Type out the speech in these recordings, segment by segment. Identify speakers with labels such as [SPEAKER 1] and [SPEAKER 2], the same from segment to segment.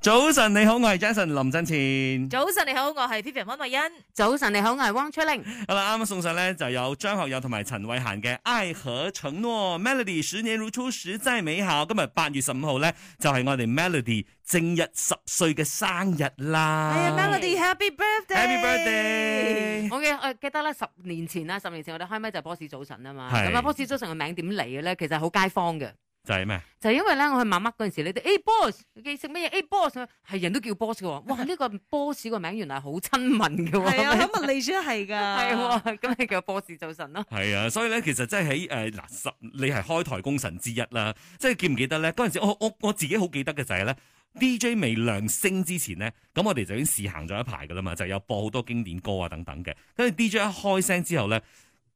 [SPEAKER 1] 早晨，你好，我係 Jason 林振前。
[SPEAKER 2] 早晨你好，我係 Vivian 温慧欣。
[SPEAKER 3] 早晨，你好，我係汪翠玲。
[SPEAKER 1] 好啦，啱啱送上咧就有張學友同埋陳慧嫻嘅《愛和承諾》，Melody 十年如初，實在美好。今日八月十五號咧就係、我哋 Melody 正日十歲嘅生日啦。
[SPEAKER 2] 係啊 Melody Happy
[SPEAKER 1] Happy
[SPEAKER 2] Birthday！
[SPEAKER 1] birthday！
[SPEAKER 3] 我嘅我記得咧，十年前啦，十年前我哋開咪就係波士早晨啊嘛。
[SPEAKER 1] 係
[SPEAKER 3] 咁啊，波士早晨嘅名點嚟嘅咧？其實好街坊嘅，
[SPEAKER 1] 就係咩？
[SPEAKER 3] 就係因為咧，我去媽媽嗰陣時，你哋誒 boss，你食乜嘢？誒 boss，係人都叫 boss 嘅喎。 哇！呢個 boss 個名原來好親民嘅喎。
[SPEAKER 2] 係啊，咁啊，你真係噶，
[SPEAKER 3] 係喎，咁你叫波士早晨咯。
[SPEAKER 1] 係啊，所以咧，其實真係喺誒嗱十，你係開台功臣之一啦。即係記唔記得咧？嗰陣時我我我自己好記得嘅就係咧，DJ 未亮聲之前咧，咁我哋就已經試行咗一排噶啦嘛，就有播好多經典歌啊等等嘅。跟住 DJ 一開聲之後咧，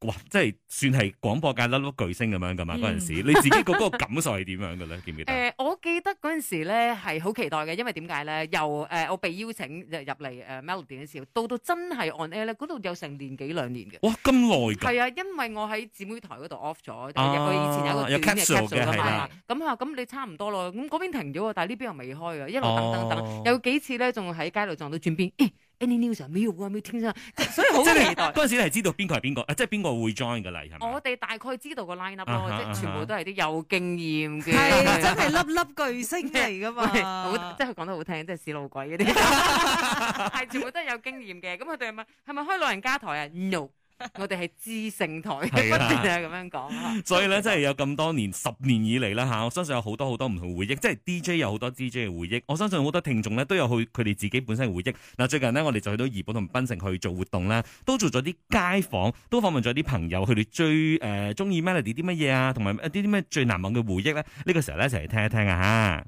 [SPEAKER 1] 哇！即係算係廣播界粒粒巨星咁樣噶嘛。
[SPEAKER 3] 嗯
[SPEAKER 1] 嗰陣時你自己嗰個感受係點樣嘅咧？記唔
[SPEAKER 3] 誒、
[SPEAKER 1] 記 得？
[SPEAKER 3] 我記得嗰陣時咧係好期待嘅，因為點解咧？由誒、呃我被邀請入入嚟誒 Melody 嘅時候，到到真係 on air 咧，嗰度有成年幾兩年嘅。
[SPEAKER 1] 哇！咁耐㗎，
[SPEAKER 3] 係啊，因為我喺姊妹台嗰度 off 咗，入
[SPEAKER 1] 啊
[SPEAKER 3] 佢以前有一
[SPEAKER 1] 有
[SPEAKER 3] 個短嘅
[SPEAKER 1] capsule 嘅
[SPEAKER 3] capsule 噶
[SPEAKER 1] 係
[SPEAKER 3] 嘛
[SPEAKER 1] 啦。
[SPEAKER 3] 咁佢話咁你差唔多咯，咁嗰邊停咗喎，但係呢邊又未開啊，一路等等
[SPEAKER 1] 哦
[SPEAKER 3] 等，有幾次咧仲喺街度撞到轉邊，咦，any news 啊，沒有啊，沒有聽啊，即 係所以好
[SPEAKER 1] 即係
[SPEAKER 3] 期
[SPEAKER 1] 你
[SPEAKER 3] 待
[SPEAKER 1] 嗰。陣時你係知道邊個係邊個，啊即係邊個會 join 㗎啦，係咪
[SPEAKER 3] 我？哋大概知道個 line up
[SPEAKER 1] 啊
[SPEAKER 3] 咯，
[SPEAKER 1] 哈
[SPEAKER 3] 即
[SPEAKER 1] 啊
[SPEAKER 3] 係
[SPEAKER 1] 哈
[SPEAKER 3] 全部都係啲有經驗嘅，
[SPEAKER 2] 係真係粒粒巨星嚟 噶
[SPEAKER 3] 喂好
[SPEAKER 2] 嘛，
[SPEAKER 3] 即係佢講得好聽，即係屎老鬼 嗰啲，係全部都係有經驗嘅。咁佢哋問係咪開老人家台啊？No，我哋係知性台，不
[SPEAKER 1] 係啊
[SPEAKER 3] 斷係咁樣講。啊
[SPEAKER 1] 所以咧，真係有咁多年，十年以嚟啦嚇，我相信有好多好多唔同嘅回憶，即係 DJ 有好多 DJ 嘅回憶，我相信好多聽眾咧都有去佢哋自己本身嘅回憶。嗱，最近呢，我哋就去到怡保同檳城去做活動啦，都做咗啲街訪，都訪問咗啲朋友，佢哋最誒中意 Melody 啲乜嘢啊，同埋一啲啲咩最難忘嘅回憶咧。呢、個時候咧一齊嚟聽一聽啊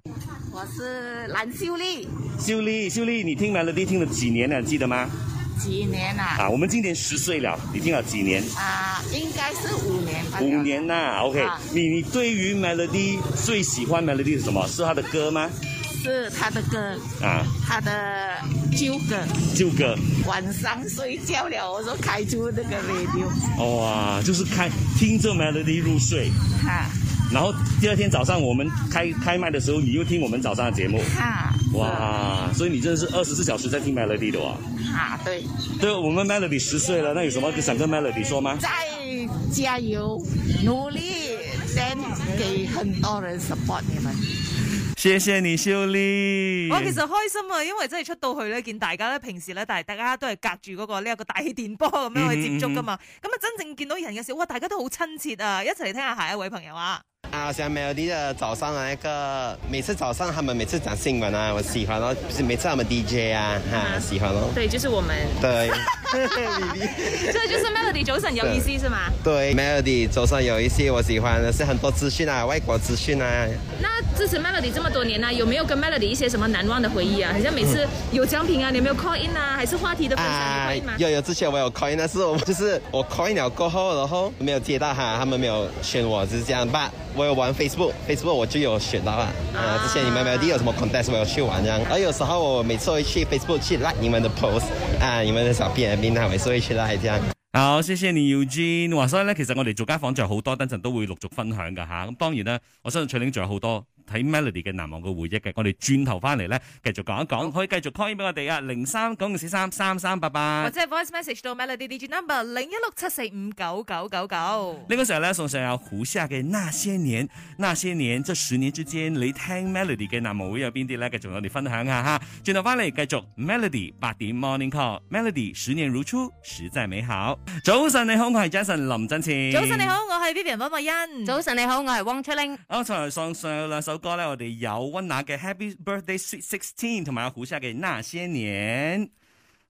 [SPEAKER 4] 我是蓝秀丽，
[SPEAKER 1] 嚇。秀麗，秀麗，你聽 Melody 聽了幾年了，記得嗎？啊
[SPEAKER 4] 几年啦、
[SPEAKER 1] 我們今年十歲了，你聽了幾年？
[SPEAKER 4] 啊？应该是五年吧。
[SPEAKER 1] 啦，OK
[SPEAKER 4] 哎啊
[SPEAKER 1] 你你對於 Melody 最喜歡 Melody 是什麼？是他的歌嗎？
[SPEAKER 4] 是他的歌，
[SPEAKER 1] 啊？
[SPEAKER 4] 他的旧歌。
[SPEAKER 1] 就歌
[SPEAKER 4] 晚上睡觉了，我就开出那个 radio，
[SPEAKER 1] 哇，就是开听着 melody 入睡，
[SPEAKER 4] 哈
[SPEAKER 1] 然后第二天早上我们开开麦的时候，你又听我们早上的节目，
[SPEAKER 4] 哈
[SPEAKER 1] 哇，所以你真的是二十四小时在听 melody 的哇。
[SPEAKER 4] 哈，对，
[SPEAKER 1] 对我们 melody 十岁了，那有什么想跟 melody 说吗？
[SPEAKER 4] 再加油，努力先给很多人 support 你们。
[SPEAKER 1] 谢谢你，秀丽
[SPEAKER 2] 我其實開心啊，因為真係出到去咧，見大家咧平時咧，但係大家都係隔住嗰個呢一個大氣電波咁樣去接觸噶嘛。咁啊，真正見到人嘅時候，哇，大家都好親切啊！一齊嚟聽下下一位朋友啊。
[SPEAKER 5] 啊，我喜欢 Melody 的早上的那个，每次早上他们每次讲新闻啊，我喜欢哦，就是每次他们 DJ 啊，哈、喜欢哦。
[SPEAKER 6] 对，就是我们，
[SPEAKER 5] 对，
[SPEAKER 6] 这就是 Melody 早晨有意思是吗？
[SPEAKER 5] 对，Melody 早上有一些我喜欢的是很多资讯啊，外国资讯啊，
[SPEAKER 6] 那支持 Melody 这么多年呢、有没有跟 Melody 一些什么难忘的回忆啊？好像每次有奖品啊，你有没有 call in 啊？还是话题的分享、你 call in 吗？
[SPEAKER 5] 啊有有之前我有 coin，但是我就是我 coin 了过后，然后没有接到哈，他们没有选我，就是这样。吧。我有玩 Facebook，Facebook 我就有选到啊。啊，之前你们 Melody 有什么 contest 我有去玩这样，而有时候我每次会去 Facebook 去 like 你们的 post 啊，你们的小编编啊，我也是会去 like 这样。
[SPEAKER 1] 好，謝謝你 Eugene。話所以咧，其實我哋做家訪仲有好多，等陣都會陸續分享噶吓。咁當然啦，我相信翠玲仲有好多睇 Melody 嘅難忘嘅回憶嘅。我哋轉頭翻嚟咧，繼續講一講，可以繼續 call in 俾我哋啊，零三九五四三三三八八
[SPEAKER 2] 或。者係 voice message 到 Melody D G number 零一六七四五九九九九。
[SPEAKER 1] 呢個時候咧，送上有胡夏嘅《那些年》，那些年，即十年之間，你聽 Melody 嘅南無會有邊啲咧？繼續同我哋分享下哈。轉頭翻嚟繼續 Melody 八點 Morning Call，Melody 十年如初，實在美好。早晨你好，我係 Jason 林振前。
[SPEAKER 2] 早晨你。好，我係 Vivian 温慧欣。
[SPEAKER 3] 早晨你好，我係汪翠玲。
[SPEAKER 1] 啱才送上有兩首歌咧，我哋有温拿嘅《Happy Birthday Sweet Sixteen》同埋有胡夏嘅《那些年》。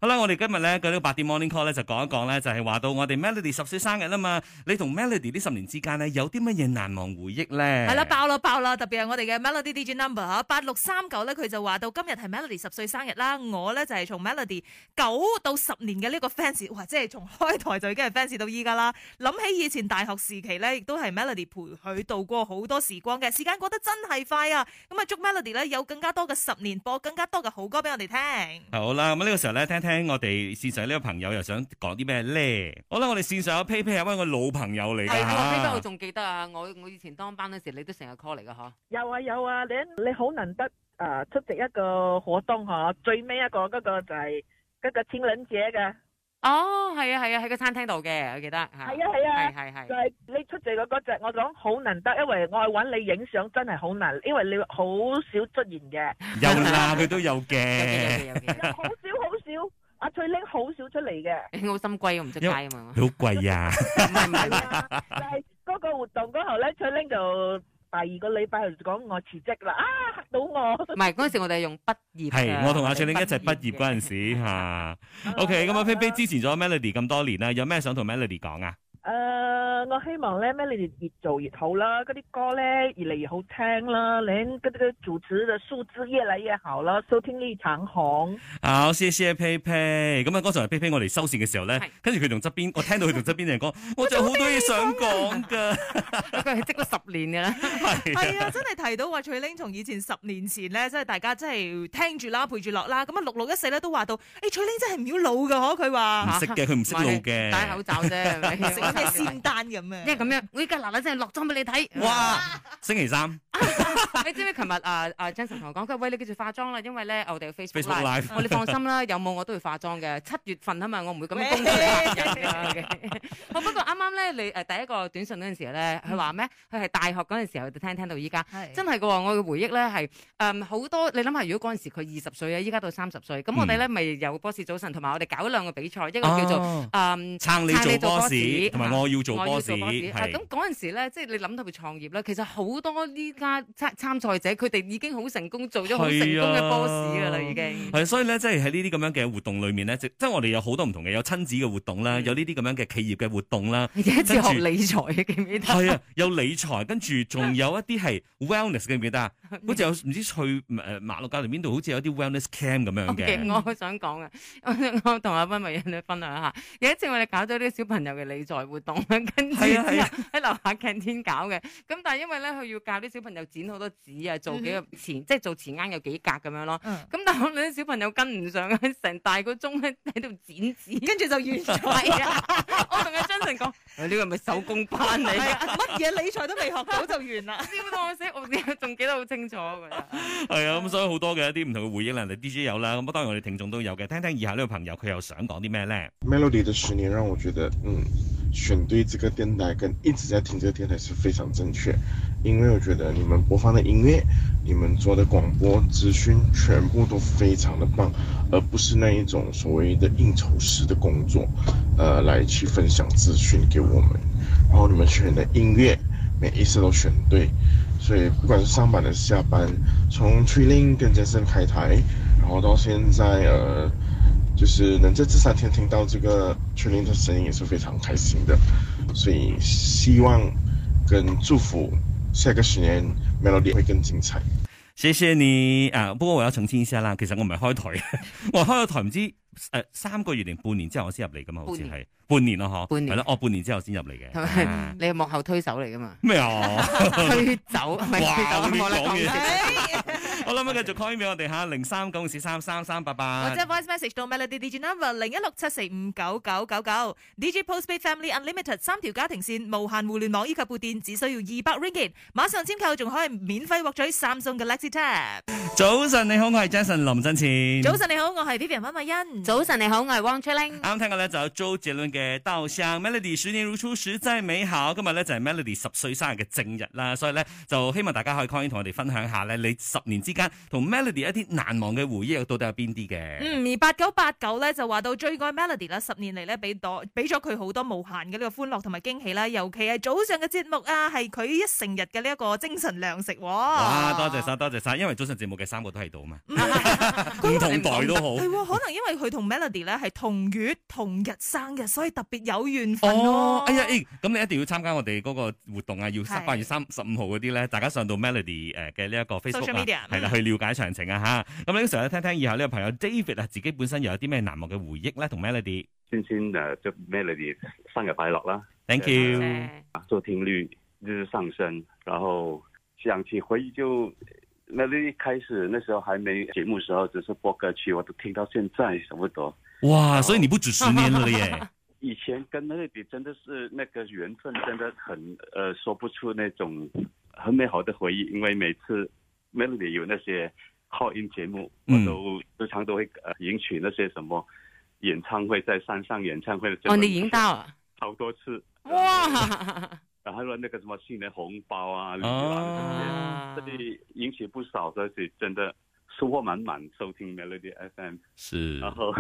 [SPEAKER 1] 好啦，我哋今日咧嗰啲八點 Morning Call 咧就講一講咧，就係話到我哋 Melody 十歲生日啦嘛。你同 Melody 呢十年之間咧，有啲乜嘢難忘回憶咧？
[SPEAKER 2] 係啦，爆啦爆啦！特別係我哋嘅 Melody DJ Number 吓，八六三九咧，佢就話到今日係 Melody 十歲生日啦。我咧就係從 Melody 九到十年嘅呢個 fans，哇！即係從開台就已經係 fans 到依家啦。諗起以前大學時期咧，亦都係 Melody 陪佢度過好多時光嘅。時間過得真係快啊！咁啊，祝 Melody 咧有更加多嘅十年，播更加多嘅好歌俾我哋聽。
[SPEAKER 1] 好啦，咁呢個時候咧，聽聽我哋線上呢個朋友又想講啲咩咧？好啦，我哋線上有 P P 係一位我老朋友嚟㗎
[SPEAKER 3] 係喎，呢個我
[SPEAKER 1] 嚇，
[SPEAKER 3] 仲記得啊！我我以前當班嗰時，你都成日 call 嚟嘅嗬。
[SPEAKER 7] 有啊有啊，你你好難得誒、呃出席一個活動嗬，最尾一個嗰個就係嗰個情人節嘅，
[SPEAKER 3] 哦，係啊係啊，喺個餐廳度嘅，我記得嚇。
[SPEAKER 7] 係啊係啊
[SPEAKER 3] 係係
[SPEAKER 7] 就
[SPEAKER 3] 係。
[SPEAKER 7] 係、你出席嗰嗰隻，我講好難得，因為我係揾你影相真係好難，因為你好少出現 嘅，
[SPEAKER 1] 有啦，佢都有
[SPEAKER 3] 有嘅
[SPEAKER 1] 嘅。
[SPEAKER 3] 有嘅有
[SPEAKER 7] 好少好少，阿翠玲好少出嚟 嘅。
[SPEAKER 3] 嘅，我心歸我唔出街啊嘛。
[SPEAKER 1] 你好貴啊呀、
[SPEAKER 3] 唔係唔係唔係，
[SPEAKER 7] 啊但係嗰個活動嗰後咧，翠玲就第二個禮拜就講我辭職啦，啊嚇到我。
[SPEAKER 3] 唔係嗰陣時我哋係用畢業啊㗎。
[SPEAKER 1] 係，我同阿翠玲一齊
[SPEAKER 3] 齊
[SPEAKER 1] 畢業嗰陣時嚇。OK，咁啊， 菲菲支持咗 Melody 咁多年啦，有咩想同 Melody 講啊？
[SPEAKER 7] 誒、呃我希望咧 Melody 越做越好啦，嗰啲歌咧越嚟越好聽啦，連嗰啲主持嘅素質越嚟越好啦，收聽率長紅。
[SPEAKER 1] 好，謝謝佩佩。咁啊，剛才佩佩我哋收線嘅時候咧
[SPEAKER 3] 係，
[SPEAKER 1] 跟住佢同側邊，我聽到佢同側邊 人講，我仲有好多嘢想講㗎。
[SPEAKER 3] 佢係積咗十年㗎啦。
[SPEAKER 1] 係啊
[SPEAKER 2] 係啊，真係提到話翠玲從以前十年前咧，即係大家真係聽住啦，陪住落啦。咁啊，六六一四咧都話到，誒翠玲真係唔要老㗎嗬，佢
[SPEAKER 1] 唔
[SPEAKER 2] 話
[SPEAKER 1] 識嘅，佢唔識路嘅。
[SPEAKER 3] 戴口罩啫，係 咪
[SPEAKER 2] 食咩仙丹咁啊
[SPEAKER 3] 因為。咁樣，我依家嗱嗱聲落妝俾你睇。
[SPEAKER 1] 哇！星期三
[SPEAKER 3] 你知唔知琴日啊啊 Jensen 同我講，佢話喂你繼續化妝啦，因為咧我哋有 Facebook
[SPEAKER 1] Facebook
[SPEAKER 3] Live，
[SPEAKER 1] Live
[SPEAKER 3] 我你放心啦，有冇我都會化妝嘅。七月份啊嘛，我唔會咁樣公開嚇人㗎。OK 啊我不過啱啱咧，你誒第一個短信嗰陣時咧，佢話咩？佢係大學嗰陣時候就聽聽到依家，
[SPEAKER 2] 係
[SPEAKER 3] 真係嘅喎。我嘅回憶咧係誒好多，你諗下，如果嗰陣時佢二十歲啊，依家到三十歲，
[SPEAKER 1] 嗯
[SPEAKER 3] 咁我哋咧咪有波士早晨，同埋我哋搞咗兩個比賽，一個叫做
[SPEAKER 1] 哦
[SPEAKER 3] 誒。
[SPEAKER 1] 撐你做 boss，同埋我要做
[SPEAKER 3] 我要
[SPEAKER 1] boss，
[SPEAKER 3] 做 boss 啊
[SPEAKER 1] 係
[SPEAKER 3] 咁嗰陣時咧，即係你諗到佢創業咧，其實好多呢家參參賽者，佢哋已經好成功，做咗好成功嘅
[SPEAKER 1] 係啊
[SPEAKER 3] boss 噶啦，已經。
[SPEAKER 1] 係，所以咧，即係喺呢啲咁樣嘅活動裏面咧，即即係我哋有好多唔同嘅，有親子嘅活動啦，
[SPEAKER 3] 嗯
[SPEAKER 1] 有呢啲咁樣嘅企業嘅活動啦，
[SPEAKER 3] 有一次學理財嘅，記唔記 得？
[SPEAKER 1] 係啊， 有理財，跟住仲有一啲係 wellness 記唔記 得啊？好似有唔知去誒馬六甲定邊度，好似有啲 wellness camp 咁 樣
[SPEAKER 3] OK，
[SPEAKER 1] 嘅。
[SPEAKER 3] 我好想講啊， 我同阿温慧欣去分享下。有一次我哋搞咗啲小朋友嘅理財活動，跟住之
[SPEAKER 1] 係啊
[SPEAKER 3] 後
[SPEAKER 1] 係啊
[SPEAKER 3] 喺樓下 canteen 搞嘅。咁但係因為咧，佢要教啲小朋友剪好多紙啊，做幾個前，即係做前啱有幾格咁樣咯。
[SPEAKER 2] 嗯
[SPEAKER 3] 咁但係我哋啲小朋友跟唔上啊，成大個鐘咧 喺度剪紙。
[SPEAKER 2] 跟住就完咗，
[SPEAKER 3] 係啊，我同阿張成 講，喂呢個係咪手工班嚟
[SPEAKER 2] 係
[SPEAKER 3] 㗎？
[SPEAKER 2] 啊乜嘢理財都未學到就完 啦。
[SPEAKER 3] 知唔知我寫我仲記得好清楚㗎啦。
[SPEAKER 1] 係啊，咁所以好多嘅一啲唔同嘅回憶啦，你 DJ 有啦，咁當然我哋聽眾都有嘅。聽聽以下呢個朋友佢又想講啲咩咧？
[SPEAKER 8] Melody 的十年让我觉得，嗯，选对这个电台跟一直在听这个电台是非常正确，因为我觉得你们播放的音乐，你们做的广播资讯全部都非常的棒，而不是那一种所谓的应酬式的工作，呃，来去分享资讯给我们。然后你们选的音乐，每一次都选对，所以不管是上班还是下班，从崔令跟杰森开台，然后到现在呃。就是能在这三天听到这个春玲的声音也是非常开心的，所以希望跟祝福下个十年 Melody 会更精彩。
[SPEAKER 1] 謝謝你啊！不過我有澄清一下啦，其實我唔 係開台，我係開咗台唔知誒、呃三個月定半年之後我先入嚟噶嘛，好似係半年咯嗬，
[SPEAKER 3] 半年
[SPEAKER 1] 係咯，哦我半年之後先入嚟
[SPEAKER 3] 同
[SPEAKER 1] 嘅。
[SPEAKER 3] 埋
[SPEAKER 1] 啊
[SPEAKER 3] 你係幕後推手嚟㗎嘛？
[SPEAKER 1] 咩啊？
[SPEAKER 3] 推走唔係
[SPEAKER 1] 哇
[SPEAKER 3] 推走，
[SPEAKER 1] 亂
[SPEAKER 3] 我啦
[SPEAKER 1] 講嘢
[SPEAKER 3] 講
[SPEAKER 1] 好啦，咁啊繼續 call 俾我哋嚇，零三九四三三三八八
[SPEAKER 2] 或者。voice message 到 Melody DJ number 零一六七四五九九九九，DJ Postpaid Family Unlimited 三條家庭線無限互聯網以及撥電，只需要二百 ringgit，馬上簽購仲可以免費獲取 Samsung Galaxy Tab。嗯
[SPEAKER 1] 早晨，你好，我係 Jason 林振前。
[SPEAKER 2] 早晨你好，我係 Vivian 温慧欣。
[SPEAKER 3] 早晨你好，我係汪翠玲。
[SPEAKER 1] 啱聽嘅咧就有周杰倫嘅《稻香》，Melody 十年如初實在美好。今日咧就係 Melody 十歲生日嘅正日啦，所以咧就希望大家可以 call in 同我哋分享下咧，你十年之間同 Melody 一啲難忘嘅回憶到底有邊啲嘅？
[SPEAKER 2] 嗯，而八九八九咧就話到最愛 Melody 啦，十年嚟咧俾到俾咗佢好多無限嘅呢個歡樂同埋驚喜啦，尤其係早上嘅節目啊，係佢一成日嘅呢一個精神糧食喎。
[SPEAKER 1] 哇！多
[SPEAKER 2] 哇
[SPEAKER 1] 謝晒，多謝晒，因為早晨節目嘅三個都喺度嘛，
[SPEAKER 2] 佢
[SPEAKER 1] 唔同代都好
[SPEAKER 2] 係。喎，可能因為佢同 Melody 咧係同月同日生嘅，所以特別有緣分咯。
[SPEAKER 1] 哦，哎呀，誒咁你一定要參加我哋嗰個活動啊！要
[SPEAKER 2] 係
[SPEAKER 1] 八月三十五號嗰啲咧，大家上到 Melody 誒嘅呢一個 Facebook 啊
[SPEAKER 2] media，
[SPEAKER 1] 係啦，
[SPEAKER 2] 嗯
[SPEAKER 1] 去了解詳情啊吓，咁呢個時候咧，聽聽以後呢個朋友 David 啊，自己本身又有啲咩難忘嘅回憶咧，同 Melody，thank
[SPEAKER 9] 先先誒，祝 Melody 生日快樂啦！
[SPEAKER 1] you。
[SPEAKER 3] À.
[SPEAKER 9] 收聽率日日上升，然後想起回憶就 Melody 開始那時候還沒節目時候，只是播歌曲，我都聽到現在差不多。
[SPEAKER 1] 哇，所以你不止十年了耶！
[SPEAKER 9] 以前跟 Melody 真的是那個緣分，真的很呃說不出那種很美好的回憶，因為每次 Melody 有那些 call in 节目，我
[SPEAKER 1] 嗯
[SPEAKER 9] 都时常都会呃赢取那些什么演唱会，在山上演唱会的
[SPEAKER 3] 哦，你赢到啊！
[SPEAKER 9] 好多次，
[SPEAKER 3] 哇！
[SPEAKER 9] 然后呢那个什么新年红包啊，礼
[SPEAKER 1] 哦
[SPEAKER 9] 啊这些，这里赢取不少的，所以真的收获满满。收听 Melody FM，
[SPEAKER 1] 是
[SPEAKER 9] 然后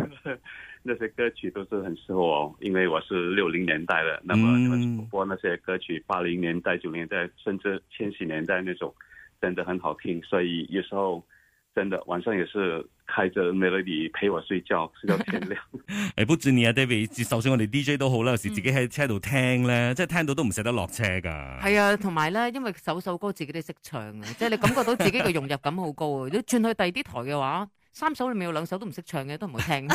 [SPEAKER 9] 那些歌曲都是很适合我，因为我是六零年代的，那么
[SPEAKER 1] 嗯
[SPEAKER 9] 你们播那些歌曲，八零年代、九零年代，甚至千禧年代那种，真的很好听。所以有时候真的晚上也是开着 melody 陪我睡觉，睡到天亮。
[SPEAKER 1] 誒不止你啊，David，就算我哋 DJ 都好啦，有時自己喺車度聽
[SPEAKER 9] 嗯
[SPEAKER 1] 咧，即係聽到都唔捨得落車㗎。
[SPEAKER 3] 係啊，同埋咧，因為首首歌自己都識唱啊，即係你感覺到自己嘅融入感好高啊。你轉去第二啲台嘅話，三首裏面有兩首都唔識唱嘅，都唔會聽。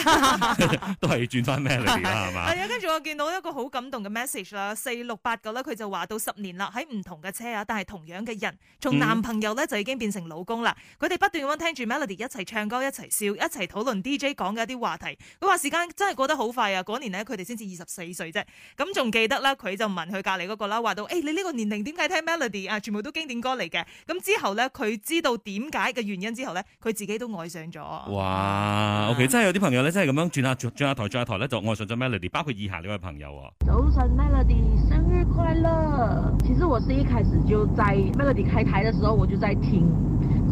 [SPEAKER 1] 都係轉翻 melody 啦，係嘛？
[SPEAKER 2] 係啊，跟住我見到一個好感動嘅 message 啦，四六八九咧，佢就話到十年啦，喺唔同嘅車啊，但係同樣嘅人，從男朋友咧就已經變成老公啦。佢哋不斷咁樣聽住 Melody 一齊唱歌，一齊笑，一齊討論 DJ 講嘅一啲話題。佢話時間真係過得好快啊！嗰年呢，佢哋先至二十四歲啫，咁仲記得啦。佢就問佢隔離嗰個啦，話到誒、欸你呢個年齡點解聽 Melody 啊？全部都經典歌嚟嘅。咁之後咧，佢知道點解嘅原因之後咧，佢自己都愛上咗。啊
[SPEAKER 1] 哇，OK，真係有啲朋友咧，真係咁樣轉下轉下台轉下台咧，就愛上咗 Melody，包括以下呢位朋友喎。
[SPEAKER 10] 早晨，Melody，生日快乐！其实我是一开始就在 Melody 开台的时候我就在听，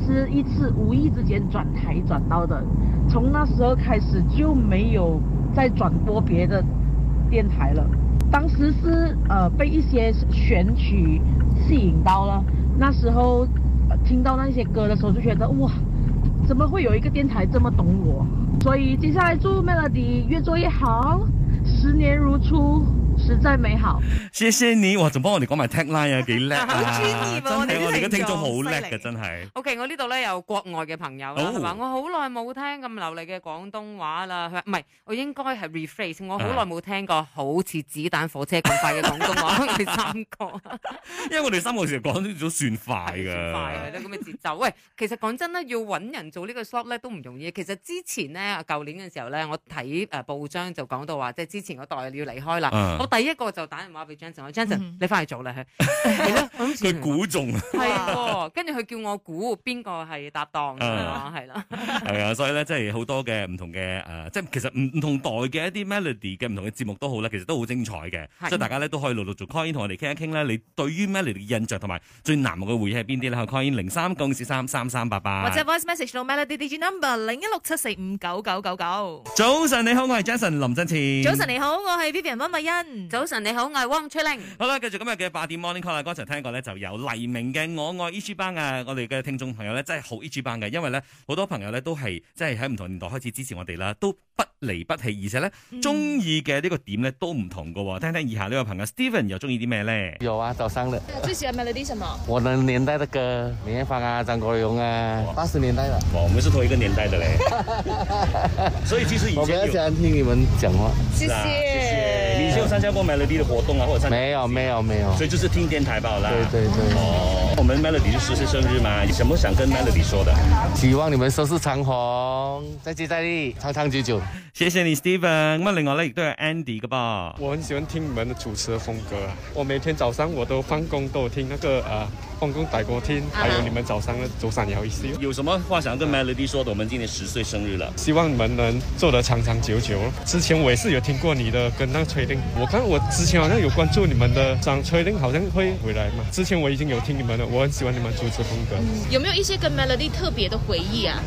[SPEAKER 10] 是一次无意之间转台转到的，从那时候开始就没有再转播别的电台了。当时是呃被一些选曲吸引到了，那时候、呃听到那些歌的时候就觉得哇，怎么会有一个电台这么懂我？所以接下来祝 Melody 越做越好，十年如初，实在美好。
[SPEAKER 1] 謝謝你，哇，仲幫我哋講埋 tagline 啊，幾叻啊！
[SPEAKER 2] 好專業啊
[SPEAKER 1] 真係
[SPEAKER 2] 我哋啲
[SPEAKER 1] 我哋嘅
[SPEAKER 2] 聽
[SPEAKER 1] 聽眾
[SPEAKER 2] 眾
[SPEAKER 1] 好叻
[SPEAKER 2] 犀
[SPEAKER 1] 嘅，
[SPEAKER 2] 利
[SPEAKER 1] 真係。
[SPEAKER 3] OK，我呢度咧有國外嘅朋友啦，
[SPEAKER 1] 哦
[SPEAKER 3] 佢話我好耐冇聽咁流利嘅廣東話啦。佢話唔係，我應該係 rephrase，我好耐冇聽過好似子彈火車咁快嘅廣東 話。我哋三個。
[SPEAKER 1] 因為我哋三個時講咗算快
[SPEAKER 3] 係算快啊
[SPEAKER 1] 㗎，
[SPEAKER 2] 啊
[SPEAKER 3] 嘅咁嘅節奏。喂，其實講真咧，要揾人做呢個 slot 咧都唔容易。其實之前咧，舊年嘅時候咧，我睇誒報章就講到話，即係之前嗰代要離開啦。
[SPEAKER 1] 嗯
[SPEAKER 3] 我第一個就打電話俾 Johnson，我 Johnson
[SPEAKER 2] 嗯
[SPEAKER 3] 你翻去做啦，佢係咯，我諗住
[SPEAKER 1] 佢估中啊，
[SPEAKER 3] 係喎，跟住佢叫我估邊個係搭檔咁樣咯，係啦，
[SPEAKER 1] 係啊，所以咧，即係好多嘅唔同嘅誒，即係其實唔唔同代嘅一啲 melody 嘅唔同嘅節目都好啦，其實都好精彩嘅，
[SPEAKER 3] 係
[SPEAKER 1] 所以大家咧都可以陸陸續 call in 同我哋傾一傾咧，你對於 melody 嘅印象同埋最難忘嘅回憶係邊啲咧？可以 call in 零三九四三三三八八
[SPEAKER 2] 或。者 voice message 到 melody D G number 零一六七四五九九九九。
[SPEAKER 1] 早晨你好，我係 Jason 林振前。
[SPEAKER 2] 早晨。你好，我係 Vivian 温慧欣。
[SPEAKER 3] 早晨你好，我係汪翠玲。
[SPEAKER 1] 好啦，繼續今日嘅八點 morning call 啦。剛才聽過咧，就有黎明嘅《我愛 E G 班》啊！我哋嘅聽眾朋友咧，真係好 E G 班嘅，因為咧好多朋友咧都係即係喺唔同年代開始支持我哋啦，都不離不棄，而且咧中意嘅呢個點咧都唔同嘅喎。聽聽以下呢位朋友 Steven 又中意啲咩咧？
[SPEAKER 11] 有啊，早上的。
[SPEAKER 6] 最喜欢 Melody 什么？
[SPEAKER 11] 我的年代的歌，梅艳芳啊，张国荣啊，八十年代的。
[SPEAKER 1] 我們是同一個年代的嘞，所以其啊實
[SPEAKER 11] 我比较喜欢听你们讲话。
[SPEAKER 6] 谢谢。
[SPEAKER 1] 參加過 Melody 嘅活動啊，或者
[SPEAKER 11] 没有，没有，没有。
[SPEAKER 1] 以就是聽電台吧啦
[SPEAKER 11] 对对对，
[SPEAKER 1] 哦，我們 Melody 是十歲生日嘛，有什麼想跟 Melody 說的？
[SPEAKER 11] 希望你们收视长
[SPEAKER 12] 哦
[SPEAKER 11] 虹，再接再厉，长长久久。
[SPEAKER 1] 謝謝你 Steven。咁啊，另外咧亦都有 Andy 嘅噃。
[SPEAKER 12] 我很喜欢听你们的主持的风格啊，我每天早上我都放工都有听那个啊，放工带过
[SPEAKER 2] 啊
[SPEAKER 12] 听，还有你们早上的周三聊一些，
[SPEAKER 1] 有什么话想要跟 Melody 说的？我们今年十岁生日了，
[SPEAKER 12] 希望你们能做得长长久久。之前我也是有听过你的跟那个崔令，我看我之前好像有关注你们的，张崔令好像会回来嘛，之前我已经有听你们的，我很喜欢你们主持风格。
[SPEAKER 6] 有没有一些跟 Melody 特别的回忆啊？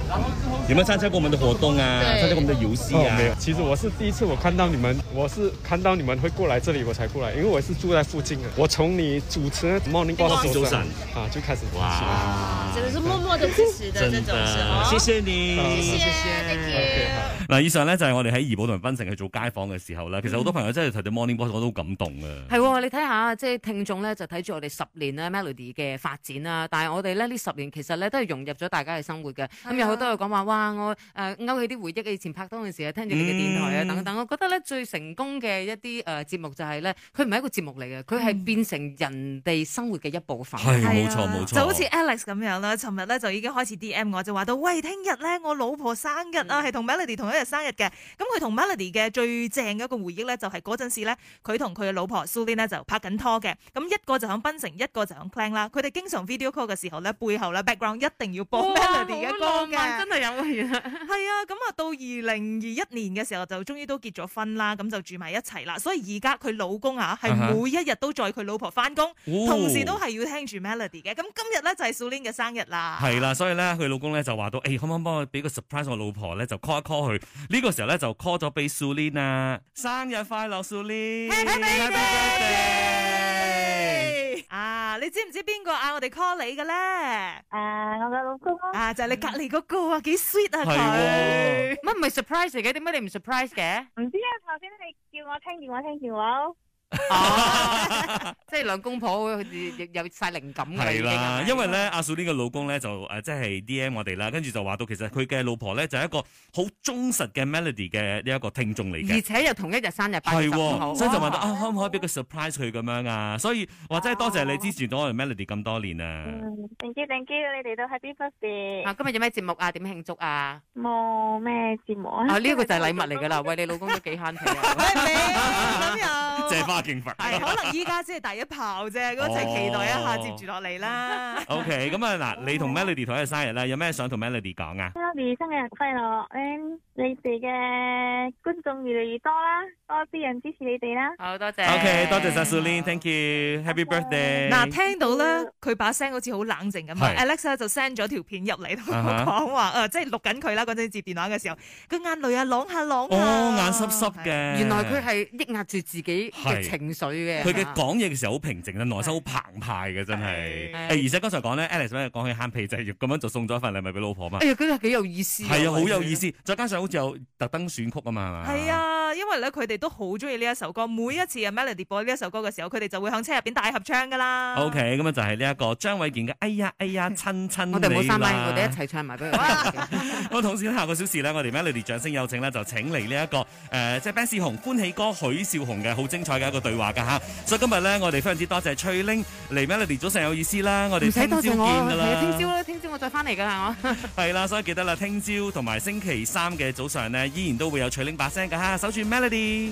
[SPEAKER 1] 有没有参加过我们的活动啊？
[SPEAKER 6] 对
[SPEAKER 1] 参加过我们的游戏
[SPEAKER 12] 哦
[SPEAKER 1] 啊？，
[SPEAKER 12] 没有，其实我是第一次我看到你们，我是看到你们会过来这里我才过来，因为我是住在附近的，啊我从你主持那 Morning Boss
[SPEAKER 1] 周三
[SPEAKER 12] 啊就开始听起来
[SPEAKER 1] 哇！
[SPEAKER 6] 真的是默默的支持的这种是哦。
[SPEAKER 1] 謝謝你，
[SPEAKER 6] 谢谢，thank you。
[SPEAKER 1] 嗱，以上咧就係我哋喺怡保同埋檳城去做街訪嘅時候啦。其實好多朋友真係提到 Morning Boss，我都好感動啊。
[SPEAKER 3] 係喎，你睇下，即係聽眾咧就睇住我哋十年咧 Melody 嘅發展啦。但係我哋咧呢十年其實咧都係融入咗大家嘅生活嘅。咁有好多人講話，哇！我誒、呃勾起啲回憶嘅以前拍拖嘅時候，聽住你嘅電台啊
[SPEAKER 1] 嗯
[SPEAKER 3] 等等。我覺得咧最成功嘅一啲誒、呃、節目就係咧，佢唔係一個節目嚟嘅，佢係變成人哋生活嘅一部分。
[SPEAKER 1] 係
[SPEAKER 2] 係
[SPEAKER 1] 冇嗯
[SPEAKER 2] 啊
[SPEAKER 1] 錯冇錯，
[SPEAKER 2] 就好似 Alex 咁樣啦，啊，尋日咧就已經開始 D M 我，就話到喂，聽日咧我老婆生日啊，
[SPEAKER 1] 嗯
[SPEAKER 2] 係同 Melody 同一日生日嘅。咁佢同 Melody 嘅最正嘅一個回憶咧，就係嗰陣時咧，佢同佢嘅老婆 Sulin 咧就拍緊拖嘅。咁一個就響檳城，一個就響 Klang 啦。佢哋經常 video call 嘅時候咧，背後咧 background 一定要播 Melody 嘅歌嘅。
[SPEAKER 3] 真係有嘅原來
[SPEAKER 2] 係啊，咁啊到二零二一年嘅時候就終於都結咗婚啦，咁就住埋一齊啦。所以而家佢老公啊係
[SPEAKER 1] 啊哈
[SPEAKER 2] 每一日都載佢老婆翻工，
[SPEAKER 1] 哦
[SPEAKER 2] 同時都係要聽住 Melody 嘅。咁今日咧就係 Sulin 嘅生日啦。
[SPEAKER 1] 係啦，所以咧佢老公咧就話到，誒、可唔可以幫我俾個 surprise 我老婆咧，就 call 一 call 佢。呢、個時候咧就 call 咗俾 Sulin 啊，生日快樂 Sulin。
[SPEAKER 2] 啊！你知唔知邊個嗌我哋 call 你嘅咧？誒，
[SPEAKER 13] 呃
[SPEAKER 2] 我嘅老公
[SPEAKER 7] 哦
[SPEAKER 2] 啊，就係你隔離嗰個啊，幾 sweet 啊佢。
[SPEAKER 3] 乜唔係 surprise 嚟嘅？點解你唔 surprise 嘅？
[SPEAKER 13] 唔知啊，頭先你叫我聽電話聽電話咯。
[SPEAKER 3] 即係兩公婆佢哋有晒靈感㗎啦
[SPEAKER 1] 係
[SPEAKER 3] 啊已經
[SPEAKER 1] 啦
[SPEAKER 3] 係，咪
[SPEAKER 1] 因為咧阿 Sulin 嘅老公咧就誒即係 D M 我哋啦，跟住就話到其實佢嘅老婆咧就係一個好忠實嘅 Melody 嘅呢一個聽眾嚟嘅
[SPEAKER 3] 而。且又同一日生日，八
[SPEAKER 1] 係
[SPEAKER 3] 月十五號，
[SPEAKER 1] 喎，所以就問
[SPEAKER 3] 哇
[SPEAKER 1] 到啊，可唔可以俾個 surprise 佢咁樣啊？所以話真係多謝你支持咗我哋 Melody 咁多年啊！
[SPEAKER 13] 嗯，thank you，thank you，你哋都 Happy Birthday。
[SPEAKER 3] 啊，今日有咩節目啊？點慶祝啊？
[SPEAKER 13] 冇咩節目啊？
[SPEAKER 3] 啊，呢一個就係禮物嚟㗎啦，喂，你老公都幾慳皮啊！
[SPEAKER 2] 咁又
[SPEAKER 1] 借花敬佛。
[SPEAKER 2] 係啊可能依家先係第一炮啫，咁一齊期待一下接住落嚟啦。
[SPEAKER 1] OK，咁啊嗱，你同 Melody 同一日生日啦，有咩想同 Melody 講啊？
[SPEAKER 13] Happy 生日快樂！嗯你哋嘅觀眾越嚟越多啦，多啲人支持你哋啦。
[SPEAKER 3] 好多謝。
[SPEAKER 1] OK，多謝晒 Sulin，Thank you，Happy birthday。
[SPEAKER 2] 嗱，聽到咧，佢把聲好似好冷靜咁啊
[SPEAKER 1] 係。
[SPEAKER 2] Alex 咧就 send 咗條片入嚟同我
[SPEAKER 1] 啊哈
[SPEAKER 2] 講話， 誒，即係錄緊佢啦。嗰陣接電話嘅時候，佢眼淚啊，啷下啷
[SPEAKER 1] 哦，
[SPEAKER 2] 下。
[SPEAKER 1] 眼濕濕嘅。
[SPEAKER 3] 原來佢係抑壓住自己嘅
[SPEAKER 1] 係
[SPEAKER 3] 情緒嘅。
[SPEAKER 1] 佢嘅講嘢嘅時候好平靜啊，內心好澎湃嘅真係。誒，
[SPEAKER 3] 係
[SPEAKER 1] 而且剛才講咧，Alex 咧講佢慳皮仔，咁樣就送咗一份禮物俾老婆嘛
[SPEAKER 3] 哎。呀，佢係幾有意思。
[SPEAKER 1] 係啊，好有意。思。再加上好似有特登選曲啊嘛，係嘛？
[SPEAKER 2] 係啊，因為咧佢哋都好中意呢一首歌，每一次啊 Melody 播呢一首歌嘅時候，佢哋就會響車入邊大合唱噶啦。
[SPEAKER 1] O K，咁啊就係呢一個張衛健嘅哎呀哎呀親 親
[SPEAKER 3] 我哋唔好
[SPEAKER 1] 你
[SPEAKER 3] 三米，
[SPEAKER 1] 嗯啦
[SPEAKER 3] 我哋一齊唱埋俾佢聽。
[SPEAKER 1] 咁同時咧，下個小時咧，我哋 Melody 掌聲有請咧，就請嚟呢一個誒、呃即係 Benz 紅歡喜哥許紹雄嘅好精彩嘅一個對話㗎吓。所以今日咧，我哋非常之多謝翠玲嚟 Melody 早上有意思啦，我哋
[SPEAKER 3] 唔
[SPEAKER 1] 聽
[SPEAKER 3] 使
[SPEAKER 1] 朝
[SPEAKER 3] 多謝
[SPEAKER 1] 見
[SPEAKER 3] 我，
[SPEAKER 1] 㗎
[SPEAKER 3] 係啊，聽
[SPEAKER 1] 啦
[SPEAKER 3] 朝。啦，聽朝我再翻嚟㗎啦，我。
[SPEAKER 1] 係啦，所以記得啦，聽朝同埋星期三嘅早上呢，依然都會有翠玲把聲㗎吓，守住 Melody。